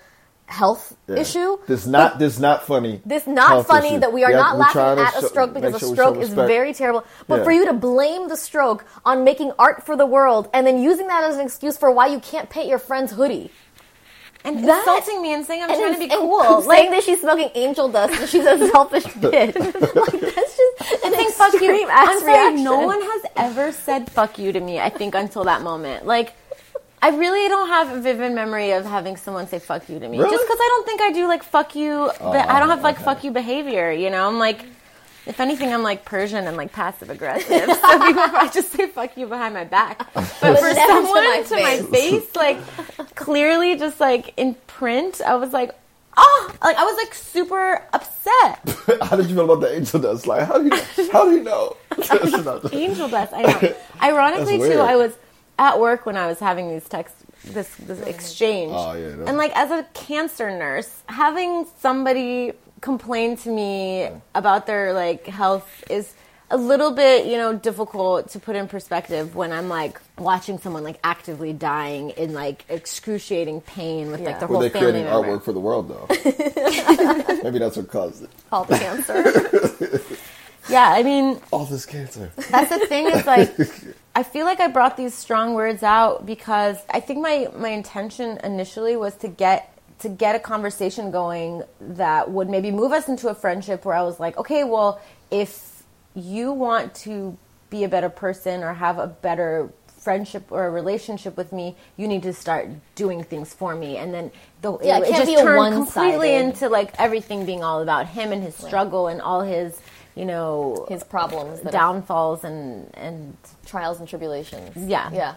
[SPEAKER 2] health
[SPEAKER 5] Yeah.
[SPEAKER 2] issue.
[SPEAKER 5] This not this not funny.
[SPEAKER 2] This not
[SPEAKER 5] health
[SPEAKER 2] funny
[SPEAKER 5] issue.
[SPEAKER 2] that we are
[SPEAKER 5] Yeah,
[SPEAKER 2] not
[SPEAKER 5] we're trying
[SPEAKER 2] laughing
[SPEAKER 5] to
[SPEAKER 2] at a
[SPEAKER 5] show-
[SPEAKER 2] stroke
[SPEAKER 5] make
[SPEAKER 2] because
[SPEAKER 5] sure
[SPEAKER 2] a
[SPEAKER 5] we show
[SPEAKER 2] stroke is
[SPEAKER 5] respect.
[SPEAKER 2] very terrible. But
[SPEAKER 5] Yeah.
[SPEAKER 2] for you to blame the stroke on making art for the world and then using that as an excuse for why you can't paint your friend's hoodie.
[SPEAKER 3] And
[SPEAKER 2] That-
[SPEAKER 3] insulting me and saying I'm trying to be
[SPEAKER 2] and- and
[SPEAKER 3] cool.
[SPEAKER 2] saying
[SPEAKER 3] Like
[SPEAKER 2] that she's smoking angel dust and she's a selfish bitch. like that's just an
[SPEAKER 3] think fuck you.
[SPEAKER 2] extreme ass
[SPEAKER 3] I'm sorry, no
[SPEAKER 2] reaction.
[SPEAKER 3] one has ever said fuck you to me, I think, until that moment. Like I really don't have a vivid memory of having someone say fuck you to me.
[SPEAKER 5] Really?
[SPEAKER 3] Just because I don't think I do like fuck you, but I don't have like fuck you behavior, you know? I'm like, if anything, I'm like Persian and like passive aggressive. So people probably just say fuck you behind my back. But for
[SPEAKER 2] Never to
[SPEAKER 3] someone
[SPEAKER 2] my
[SPEAKER 3] to my face, like clearly just like in print, I was like, oh, like I was like super upset.
[SPEAKER 5] how did you feel about the angel dust? Like, how do you how do you know?
[SPEAKER 3] Angel dust, I know. Ironically,
[SPEAKER 5] That's
[SPEAKER 3] too,
[SPEAKER 5] weird.
[SPEAKER 3] I was at work when I was having these texts, this this exchange.
[SPEAKER 5] Oh, yeah, no.
[SPEAKER 3] And like as a cancer nurse, having somebody complain to me about their like health is a little bit, you know, difficult to put in perspective when I'm like watching someone like actively dying in like excruciating pain with like the
[SPEAKER 5] Were
[SPEAKER 3] whole
[SPEAKER 5] they
[SPEAKER 3] family
[SPEAKER 5] creating
[SPEAKER 3] member.
[SPEAKER 5] artwork for the world though? Maybe that's what caused it.
[SPEAKER 2] called cancer.
[SPEAKER 3] Yeah, I mean,
[SPEAKER 5] All this cancer.
[SPEAKER 3] that's the thing is like i feel like i brought these strong words out because i think my my intention initially was to get to get a conversation going that would maybe move us into a friendship where i was like okay well if you want to be a better person or have a better friendship or a relationship with me you need to start doing things for me and then the,
[SPEAKER 2] Yeah, it
[SPEAKER 3] it,
[SPEAKER 2] can't
[SPEAKER 3] just
[SPEAKER 2] be a
[SPEAKER 3] turned
[SPEAKER 2] one-sided-
[SPEAKER 3] completely into like everything being all about him and his struggle and all his you know
[SPEAKER 2] His problems, that down
[SPEAKER 3] downfalls and and
[SPEAKER 2] trials and tribulations.
[SPEAKER 3] Yeah.
[SPEAKER 2] yeah.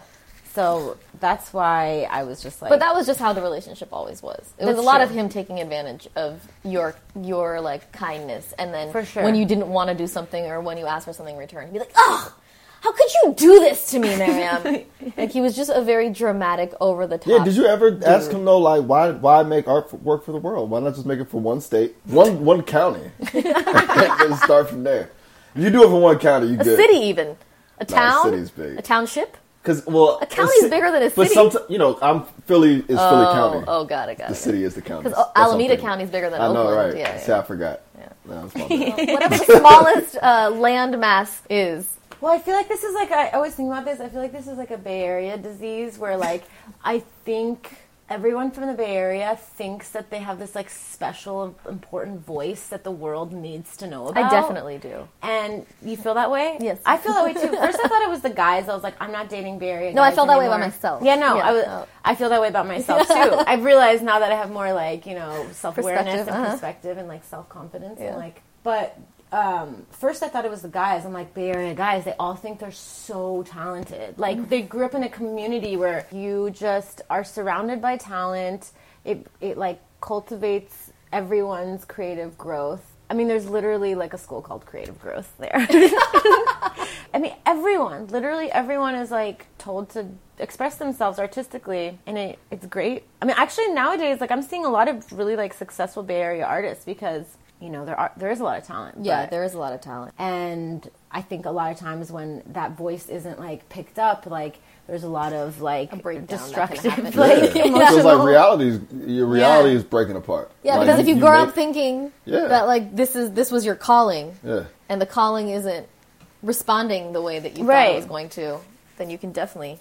[SPEAKER 3] so that's why I was just like
[SPEAKER 2] But that was just how the relationship always was. It was
[SPEAKER 3] That's
[SPEAKER 2] a lot
[SPEAKER 3] true.
[SPEAKER 2] of him taking advantage of your your like kindness, and then
[SPEAKER 3] For sure.
[SPEAKER 2] when you didn't want to do something or when you asked for something in return, he'd be like, "Oh, how could you do this to me, Miriam?" like he was just a very dramatic, over the top.
[SPEAKER 5] Yeah, did you ever ask him though, like why why make art for, work for the world? Why not just make it for one state? One one county. and start from there. If you do it for one county, you
[SPEAKER 2] a
[SPEAKER 5] good.
[SPEAKER 2] city even a town,
[SPEAKER 5] city's big.
[SPEAKER 2] a township?
[SPEAKER 5] Because well, a
[SPEAKER 2] county's
[SPEAKER 5] ci-
[SPEAKER 2] bigger than a
[SPEAKER 5] But
[SPEAKER 2] city.
[SPEAKER 5] sometimes you know, I'm Philly is Philly County.
[SPEAKER 2] Oh, oh god, I got
[SPEAKER 5] the
[SPEAKER 2] it.
[SPEAKER 5] city is the county.
[SPEAKER 2] 'Cause, oh,
[SPEAKER 5] That's what I'm
[SPEAKER 2] Alameda
[SPEAKER 5] thinking.
[SPEAKER 2] County's bigger than
[SPEAKER 5] I know,
[SPEAKER 2] Oakland.
[SPEAKER 5] right?
[SPEAKER 2] Yeah,
[SPEAKER 5] See,
[SPEAKER 2] yeah.
[SPEAKER 5] I forgot. No, that's my bad.
[SPEAKER 2] Whatever the smallest uh, land mass is.
[SPEAKER 3] well I feel like this is like I always think about this I feel like this is like a Bay Area disease where like I think everyone from the Bay Area thinks that they have this like special important voice that the world needs to know about
[SPEAKER 2] I definitely do.
[SPEAKER 3] and you feel that way
[SPEAKER 2] Yes.
[SPEAKER 3] I feel that way too first I thought it was the guys I was like I'm not dating Bay Area
[SPEAKER 2] No, I
[SPEAKER 3] guys
[SPEAKER 2] felt that way about
[SPEAKER 3] anymore.
[SPEAKER 2] myself.
[SPEAKER 3] yeah no
[SPEAKER 2] Yeah.
[SPEAKER 3] I was
[SPEAKER 2] Oh.
[SPEAKER 3] I feel that way about myself too I've realized now that I have more like you know self awareness
[SPEAKER 2] Perspective,
[SPEAKER 3] and
[SPEAKER 2] uh-huh.
[SPEAKER 3] perspective and like self confidence
[SPEAKER 2] Yeah.
[SPEAKER 3] and like but um, first I thought it was the guys. I'm like Bay Area guys. They all think they're so talented. Like they grew up in a community where you just are surrounded by talent. It it like cultivates everyone's creative growth. I mean, there's literally like a school called Creative Growth there. I mean, everyone, literally everyone is like told to express themselves artistically, and it, it's great. I mean, actually nowadays, like I'm seeing a lot of really like successful Bay Area artists because you know there are there is a lot of talent.
[SPEAKER 2] Yeah,
[SPEAKER 3] but-
[SPEAKER 2] there is a lot of talent.
[SPEAKER 3] and I think a lot of times when that voice isn't like picked up, like there's a lot of like
[SPEAKER 2] breakdown that can happen.
[SPEAKER 3] destructive, like
[SPEAKER 5] Yeah. So it's
[SPEAKER 3] emotional.
[SPEAKER 5] like reality's your reality is breaking apart.
[SPEAKER 2] Yeah,
[SPEAKER 5] Like,
[SPEAKER 2] because if you, grow
[SPEAKER 5] make-
[SPEAKER 2] up thinking
[SPEAKER 5] Yeah.
[SPEAKER 2] that like this is this was your calling,
[SPEAKER 5] Yeah.
[SPEAKER 2] and the calling isn't responding the way that you thought
[SPEAKER 3] Right.
[SPEAKER 2] it was going to, then you can definitely.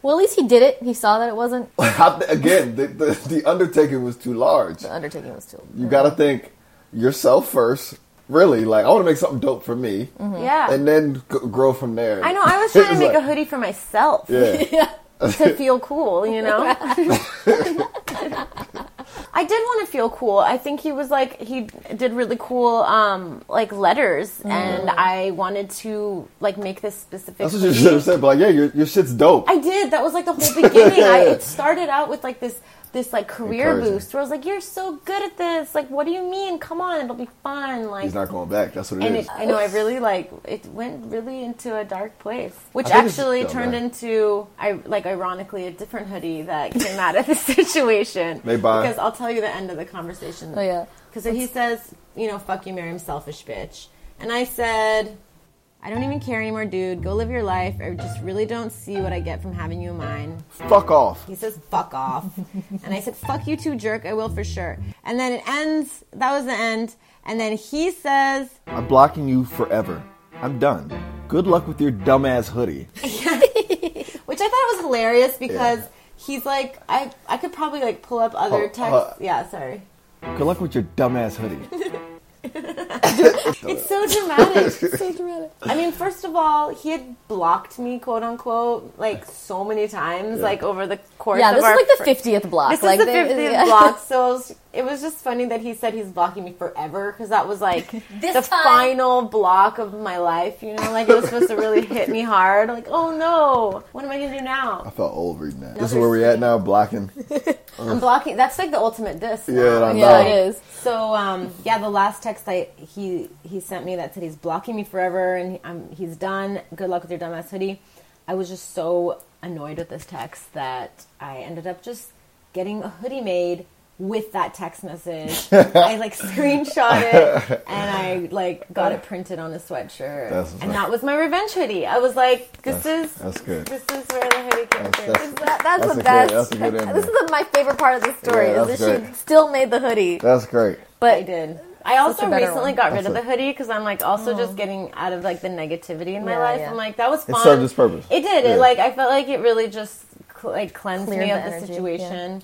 [SPEAKER 2] Well, at least he did it. He saw that it wasn't.
[SPEAKER 5] Again, the, the, the undertaking was too large.
[SPEAKER 2] The undertaking was too.
[SPEAKER 5] You got to think yourself first. Really, like I want to make something dope for me,
[SPEAKER 3] Yeah.
[SPEAKER 5] and then g- grow from there.
[SPEAKER 3] Mm-hmm. I know. I was trying
[SPEAKER 5] It's
[SPEAKER 3] to make a
[SPEAKER 5] like-
[SPEAKER 3] hoodie for myself
[SPEAKER 5] Yeah.
[SPEAKER 3] to feel cool, you know? I did want to feel cool. I think he was like he did really cool um like letters
[SPEAKER 5] Mm.
[SPEAKER 3] and I wanted to like make this specific
[SPEAKER 5] That's what you
[SPEAKER 3] hoodie.
[SPEAKER 5] should have said. But like, yeah, your, your shit's dope.
[SPEAKER 3] I did. That was like the whole beginning. I, it started out with like this this like career
[SPEAKER 5] Encouraging.
[SPEAKER 3] boost where I was like, "You're so good at this. Like, what do you mean? Come on, it'll be fun." Like,
[SPEAKER 5] He's not going back. That's what it
[SPEAKER 3] and
[SPEAKER 5] is.
[SPEAKER 3] it, I know I really like it went really into a dark place, which
[SPEAKER 5] think it's-
[SPEAKER 3] actually
[SPEAKER 5] no,
[SPEAKER 3] turned
[SPEAKER 5] man.
[SPEAKER 3] into I like ironically a different hoodie that came out of the situation.
[SPEAKER 5] They buy-
[SPEAKER 3] because I'll tell you the end of the conversation.
[SPEAKER 2] Oh yeah.
[SPEAKER 3] Because he says, you know, fuck you, marry him, selfish bitch. And I said, I don't even care anymore, dude. Go live your life. I just really don't see what I get from having you in mine.
[SPEAKER 5] Fuck off.
[SPEAKER 3] He says, fuck off. and I said, fuck you too, jerk. I will for sure. And then it ends. That was the end. And then he says,
[SPEAKER 5] I'm blocking you forever. I'm done. Good luck with your dumbass hoodie.
[SPEAKER 3] which I thought was hilarious because
[SPEAKER 5] Yeah.
[SPEAKER 3] he's like, I, I could probably like pull up other
[SPEAKER 5] Huh,
[SPEAKER 3] texts.
[SPEAKER 5] huh.
[SPEAKER 3] yeah, sorry.
[SPEAKER 5] Good luck with your dumbass hoodie.
[SPEAKER 3] It's so dramatic. I mean, first of all, he had blocked me, quote unquote, like so many times, like over the course.
[SPEAKER 2] Yeah,
[SPEAKER 3] of
[SPEAKER 2] this is
[SPEAKER 3] our
[SPEAKER 2] like the
[SPEAKER 3] fir-
[SPEAKER 2] fiftieth block.
[SPEAKER 3] This
[SPEAKER 2] like
[SPEAKER 3] is the
[SPEAKER 2] they-
[SPEAKER 3] fiftieth
[SPEAKER 2] yeah.
[SPEAKER 3] block. So it was, it was just funny that he said he's blocking me forever because that was like
[SPEAKER 2] This
[SPEAKER 3] the
[SPEAKER 2] time.
[SPEAKER 3] final block of my life. You know, like it was supposed to really hit me hard. Like, oh no, what am I gonna do
[SPEAKER 5] I
[SPEAKER 3] now?
[SPEAKER 5] felt old reading that. This is where we at now, blocking.
[SPEAKER 3] I'm blocking. That's like the ultimate diss. now.
[SPEAKER 5] Yeah, I know.
[SPEAKER 2] Yeah, it is.
[SPEAKER 3] So um, yeah, the last text I he he sent me that said he's blocking me forever and he, I'm, he's done. Good luck with your dumbass hoodie. I was just so annoyed with this text that I ended up just getting a hoodie made with that text message. I like screenshot it and I like got it printed on a sweatshirt.
[SPEAKER 5] That's-
[SPEAKER 3] and that was my revenge hoodie. I was like, this
[SPEAKER 5] That's-
[SPEAKER 3] is
[SPEAKER 5] that's good.
[SPEAKER 3] This is where the hoodie came
[SPEAKER 5] That's-
[SPEAKER 3] through.
[SPEAKER 5] that's-
[SPEAKER 2] That, that's,
[SPEAKER 5] That's
[SPEAKER 2] the
[SPEAKER 5] a good-
[SPEAKER 2] best.
[SPEAKER 5] that's a good ending.
[SPEAKER 2] this is the, my favorite part of the story
[SPEAKER 5] Yeah,
[SPEAKER 2] is
[SPEAKER 5] that's
[SPEAKER 2] that she
[SPEAKER 5] great.
[SPEAKER 2] still made the hoodie.
[SPEAKER 5] That's great.
[SPEAKER 2] But
[SPEAKER 3] I did. I also
[SPEAKER 2] a better one.
[SPEAKER 3] recently
[SPEAKER 2] Oh.
[SPEAKER 3] got rid of
[SPEAKER 5] That's
[SPEAKER 3] the
[SPEAKER 5] it.
[SPEAKER 3] hoodie because I'm like also just getting out of like the negativity in my
[SPEAKER 2] Yeah,
[SPEAKER 3] life.
[SPEAKER 2] yeah.
[SPEAKER 3] I'm like that was fun.
[SPEAKER 5] served its purpose.
[SPEAKER 3] It did.
[SPEAKER 5] Yeah.
[SPEAKER 3] It like I felt like it really just cl- like cleansed
[SPEAKER 2] Cleared
[SPEAKER 3] me
[SPEAKER 2] the
[SPEAKER 3] of the,
[SPEAKER 2] energy,
[SPEAKER 3] situation.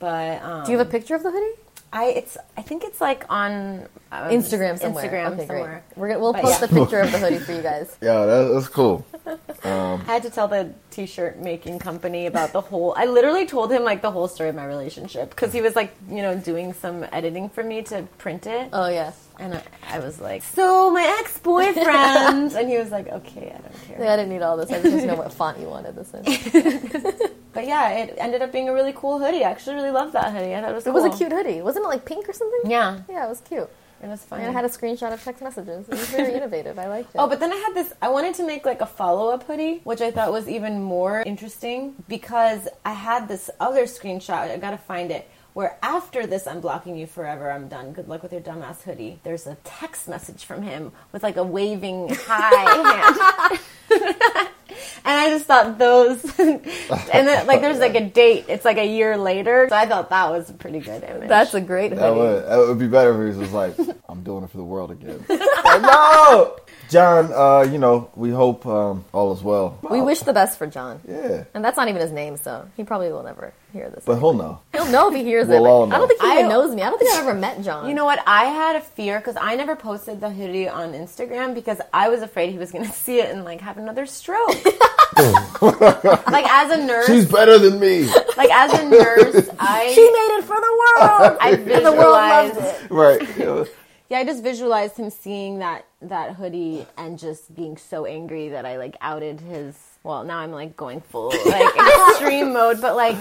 [SPEAKER 3] But um,
[SPEAKER 2] do you have a picture of the hoodie?
[SPEAKER 3] I it's I think it's like on um,
[SPEAKER 2] Instagram somewhere.
[SPEAKER 3] Instagram
[SPEAKER 2] okay,
[SPEAKER 3] somewhere.
[SPEAKER 2] great. We're gonna, we'll
[SPEAKER 3] But
[SPEAKER 2] post
[SPEAKER 3] yeah.
[SPEAKER 2] a picture of the hoodie for you guys.
[SPEAKER 5] Yeah, that, that's cool.
[SPEAKER 3] I had to tell the t-shirt making company about the whole. I literally told him like the whole story of my relationship because he was like you know doing some editing for me to print it.
[SPEAKER 2] Oh yeah,
[SPEAKER 3] And I, I was like, so my ex boyfriend. and he was like, okay, I don't care.
[SPEAKER 2] Yeah, I didn't need all this. I just need to know what font you wanted this in. It
[SPEAKER 3] But yeah, it ended up being a really cool hoodie. I actually really loved that hoodie. I thought it was It
[SPEAKER 2] was a cute hoodie, wasn't it? Like pink or something?
[SPEAKER 3] Yeah,
[SPEAKER 2] yeah, it was cute.
[SPEAKER 3] it was fun.
[SPEAKER 2] And it had a screenshot of text messages. It was very innovative. I liked it.
[SPEAKER 3] Oh, but then I had this. I wanted to make like a follow up hoodie, which I thought was even more interesting because I had this other screenshot. I gotta find it. Where after this, I'm blocking you forever. I'm done. Good luck with your dumbass hoodie. There's a text message from him with like a waving hi hand. And I just thought those, and then like there's like a date. It's like a year later. So I thought that was a pretty good image.
[SPEAKER 2] that's a great hoodie.
[SPEAKER 5] That would that would be better if he was like, "I'm doing it for the world again." Like, no, John. Uh, you know, we hope um, all is well.
[SPEAKER 2] we wish the best for John.
[SPEAKER 5] Yeah,
[SPEAKER 2] And that's not even his name, so he probably will never hear this.
[SPEAKER 5] but he'll know.
[SPEAKER 2] He'll know if he hears
[SPEAKER 5] We'll
[SPEAKER 2] it. but
[SPEAKER 5] all know.
[SPEAKER 2] I don't think he even
[SPEAKER 3] I-
[SPEAKER 2] knows me. I don't think I've ever met John.
[SPEAKER 3] You know what? I had a fear because I never posted the hoodie on Instagram because I was afraid he was going to see it and like have another stroke. like as a nurse,
[SPEAKER 5] She's better than me,
[SPEAKER 3] like as a nurse,
[SPEAKER 2] she
[SPEAKER 3] I
[SPEAKER 2] made it for the world.
[SPEAKER 3] I visualized.
[SPEAKER 5] right?
[SPEAKER 3] Yeah, I just visualized him seeing that that hoodie and just being so angry that I like outed his. Well, now I'm like going full like extreme mode, but like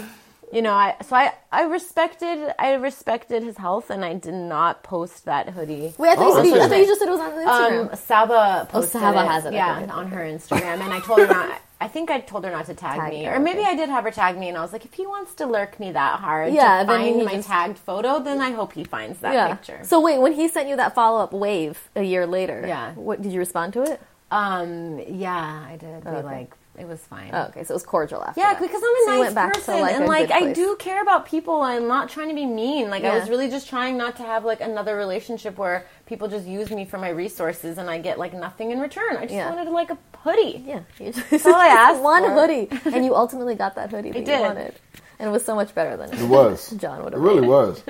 [SPEAKER 3] you know, I so I I respected I respected his health and I did not post that hoodie.
[SPEAKER 2] Wait, I thought,
[SPEAKER 5] Oh,
[SPEAKER 2] you, said, I
[SPEAKER 5] okay.
[SPEAKER 2] thought you just said it was on Instagram.
[SPEAKER 3] Um, Saba posted
[SPEAKER 2] Saba
[SPEAKER 3] it,
[SPEAKER 2] has it,
[SPEAKER 3] Yeah,
[SPEAKER 2] okay.
[SPEAKER 3] on her Instagram, and I told her not. I think I told her not to tag,
[SPEAKER 2] Tag
[SPEAKER 3] me,
[SPEAKER 2] her,
[SPEAKER 3] or maybe
[SPEAKER 2] okay.
[SPEAKER 3] I did have her tag me, and I was like, if he wants to lurk me that hard
[SPEAKER 2] Yeah,
[SPEAKER 3] to
[SPEAKER 2] then
[SPEAKER 3] find
[SPEAKER 2] you
[SPEAKER 3] my
[SPEAKER 2] just-
[SPEAKER 3] tagged photo, then I hope he finds that picture.
[SPEAKER 2] So wait, when he sent you that follow up wave a year later,
[SPEAKER 3] Yeah.
[SPEAKER 2] what did you respond to it?
[SPEAKER 3] um, yeah, I did. We like It was fine.
[SPEAKER 2] Oh, okay, so it was cordial after.
[SPEAKER 3] Yeah,
[SPEAKER 2] that.
[SPEAKER 3] because I'm a
[SPEAKER 2] So you
[SPEAKER 3] nice
[SPEAKER 2] went back to,
[SPEAKER 3] person,
[SPEAKER 2] like, a
[SPEAKER 3] and like
[SPEAKER 2] good
[SPEAKER 3] I
[SPEAKER 2] place.
[SPEAKER 3] do care about people. I'm not trying to be mean. Like I
[SPEAKER 2] Yeah.
[SPEAKER 3] was really just trying not to have like another relationship where people just use me for my resources and I get like nothing in return. I just
[SPEAKER 2] Yeah.
[SPEAKER 3] wanted like a hoodie.
[SPEAKER 2] Yeah, you just,
[SPEAKER 3] all I asked
[SPEAKER 2] One
[SPEAKER 3] for.
[SPEAKER 2] hoodie, and you ultimately got that hoodie that you
[SPEAKER 3] did.
[SPEAKER 2] wanted, and it was so much better than
[SPEAKER 5] It was.
[SPEAKER 2] John would
[SPEAKER 5] It
[SPEAKER 2] have.
[SPEAKER 5] really was.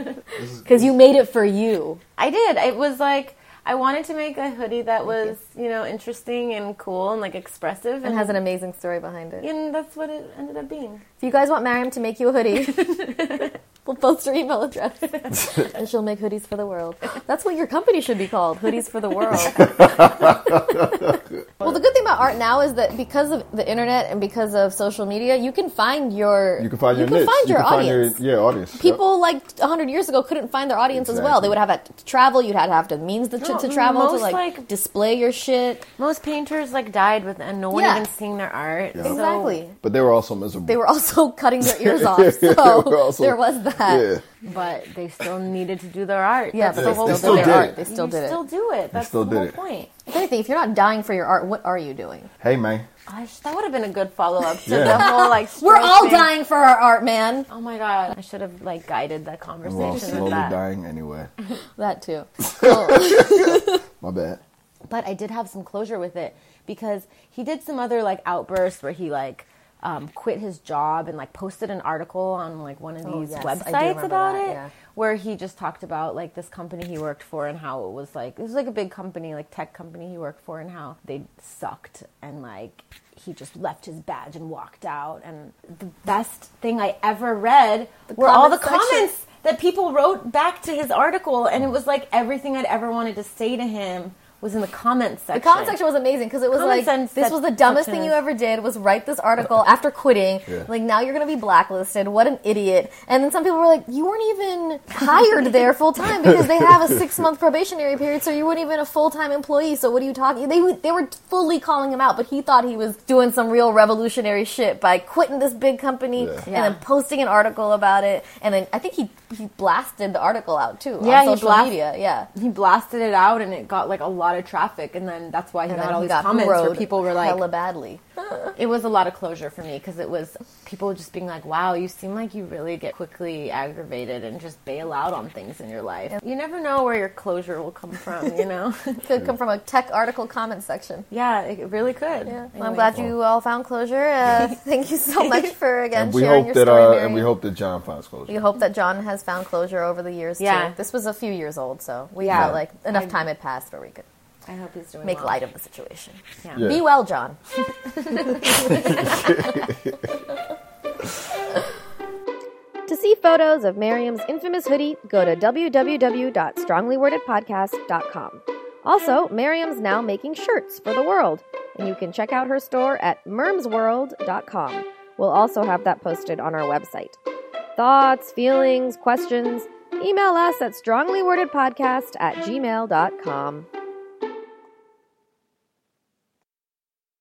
[SPEAKER 2] because you made it for you.
[SPEAKER 3] I did. It was like I wanted to make a hoodie that was you. know interesting and cool and like expressive
[SPEAKER 2] It
[SPEAKER 3] and
[SPEAKER 2] has an amazing story behind it.
[SPEAKER 3] and that's what it ended up being.
[SPEAKER 2] If you guys want Mariam to make you a hoodie, we'll post her email address, and she'll make hoodies for the world. That's what your company should be called, hoodies for the world. well, the good thing about art now is that because of the internet and because of social media, you can find your
[SPEAKER 5] You can find your
[SPEAKER 2] you can
[SPEAKER 5] niche.
[SPEAKER 2] find
[SPEAKER 5] you
[SPEAKER 2] your
[SPEAKER 5] can
[SPEAKER 2] audience.
[SPEAKER 5] Find your, yeah, audience. Yep.
[SPEAKER 2] people like 100 years ago couldn't find their audience as well
[SPEAKER 5] Exactly.
[SPEAKER 2] they would have had to travel you'd have to have the means to, to,
[SPEAKER 3] No,
[SPEAKER 2] travel to
[SPEAKER 3] most,
[SPEAKER 2] like,
[SPEAKER 3] like-
[SPEAKER 2] display your shit
[SPEAKER 3] Most painters like died with and no one
[SPEAKER 2] Yeah.
[SPEAKER 3] even seeing their art.
[SPEAKER 5] Yeah.
[SPEAKER 3] So-
[SPEAKER 2] exactly
[SPEAKER 5] But they were also miserable.
[SPEAKER 2] they were also cutting their ears off
[SPEAKER 5] They
[SPEAKER 2] so
[SPEAKER 5] were also-
[SPEAKER 2] there was that
[SPEAKER 5] Yeah.
[SPEAKER 3] but they still needed to do their art.
[SPEAKER 2] Yeah,
[SPEAKER 3] That's
[SPEAKER 2] but
[SPEAKER 3] the
[SPEAKER 2] they
[SPEAKER 3] whole
[SPEAKER 2] still,
[SPEAKER 5] still
[SPEAKER 2] did
[SPEAKER 5] did
[SPEAKER 2] their
[SPEAKER 5] it.
[SPEAKER 2] art. They still
[SPEAKER 3] you
[SPEAKER 2] did
[SPEAKER 3] still
[SPEAKER 2] it.
[SPEAKER 3] do it. That's
[SPEAKER 5] still
[SPEAKER 3] the whole
[SPEAKER 5] did it.
[SPEAKER 3] point.
[SPEAKER 2] If anything, if you're not dying for your art, what are you doing?
[SPEAKER 5] Hey, man.
[SPEAKER 3] Gosh, that would have been a good follow up to
[SPEAKER 5] Yeah.
[SPEAKER 3] the whole like.
[SPEAKER 2] We're
[SPEAKER 3] strike
[SPEAKER 2] all
[SPEAKER 3] thing.
[SPEAKER 2] dying for our art, man.
[SPEAKER 3] Oh my god! I should have like guided that
[SPEAKER 5] We're all
[SPEAKER 3] conversation
[SPEAKER 5] slowly
[SPEAKER 3] with that.
[SPEAKER 5] dying anyway.
[SPEAKER 2] That too. So,
[SPEAKER 5] My bad.
[SPEAKER 3] But I did have some closure with it because he did some other like outbursts where he like um, quit his job and like posted an article on like one of
[SPEAKER 2] Oh,
[SPEAKER 3] these
[SPEAKER 2] yes, I do
[SPEAKER 3] websites
[SPEAKER 2] remember
[SPEAKER 3] about
[SPEAKER 2] that,
[SPEAKER 3] it
[SPEAKER 2] yeah.
[SPEAKER 3] where he just talked about like this company he worked for and how it was like it was like a big company like tech company he worked for and how they sucked and like he just left his badge and walked out and the best thing I ever read were all the
[SPEAKER 2] comment section.
[SPEAKER 3] comments that people wrote back to his article and it was like everything I'd ever wanted to say to him was in the comments section.
[SPEAKER 2] the comment section was amazing because it was
[SPEAKER 3] Comment
[SPEAKER 2] like
[SPEAKER 3] sense
[SPEAKER 2] this
[SPEAKER 3] that-
[SPEAKER 2] was the dumbest
[SPEAKER 3] section
[SPEAKER 2] thing
[SPEAKER 3] is-
[SPEAKER 2] you ever did was write this article after quitting.
[SPEAKER 5] Yeah.
[SPEAKER 2] Like now you're gonna be blacklisted. What an idiot! And then some people were like, you weren't even hired there full time because they have a six month probationary period, so you weren't even a full time employee. So what are you talking? They were- they were fully calling him out, but he thought he was doing some real revolutionary shit by quitting this big company
[SPEAKER 5] Yeah.
[SPEAKER 2] and then posting an article about it. And then I think he he blasted the article out too on
[SPEAKER 3] Yeah, he
[SPEAKER 2] social
[SPEAKER 3] blast-
[SPEAKER 2] media. Yeah.
[SPEAKER 3] he blasted it out and it got like a lot of traffic and then that's why he
[SPEAKER 2] And
[SPEAKER 3] got
[SPEAKER 2] then
[SPEAKER 3] all
[SPEAKER 2] he
[SPEAKER 3] these
[SPEAKER 2] got
[SPEAKER 3] comments where
[SPEAKER 2] rode
[SPEAKER 3] people were like
[SPEAKER 2] hella badly.
[SPEAKER 3] it was a lot of closure for me because it was people just being like wow you seem like you really get quickly aggravated and just bail out on things in your life you never know where your closure will come from you know
[SPEAKER 2] could come from a tech article comment section.
[SPEAKER 3] yeah it really could
[SPEAKER 2] Yeah.
[SPEAKER 3] Anyway.
[SPEAKER 2] I'm glad you all found closure. Uh, thank you so much for again
[SPEAKER 5] And we
[SPEAKER 2] sharing
[SPEAKER 5] hope
[SPEAKER 2] your
[SPEAKER 5] that
[SPEAKER 2] story,
[SPEAKER 5] uh,
[SPEAKER 2] Mary.
[SPEAKER 5] and we hope that John finds
[SPEAKER 2] We
[SPEAKER 5] closure.
[SPEAKER 2] hope that John has found closure over the years
[SPEAKER 3] Yeah.
[SPEAKER 2] too. This was a few years old, so we
[SPEAKER 3] Yeah.
[SPEAKER 2] felt like enough time had passed where we could
[SPEAKER 3] i hope he's doing
[SPEAKER 2] make
[SPEAKER 3] well.
[SPEAKER 2] light of the situation.
[SPEAKER 5] Yeah.
[SPEAKER 2] Be well, John. to see photos of Miriam's infamous hoodie, go to www.stronglywordedpodcast.com. Also, Miriam's now making shirts for the world, and you can check out her store at mermsworld.com. We'll also have that posted on our website. Thoughts, feelings, questions, email us at stronglywordedpodcast at gmail.com.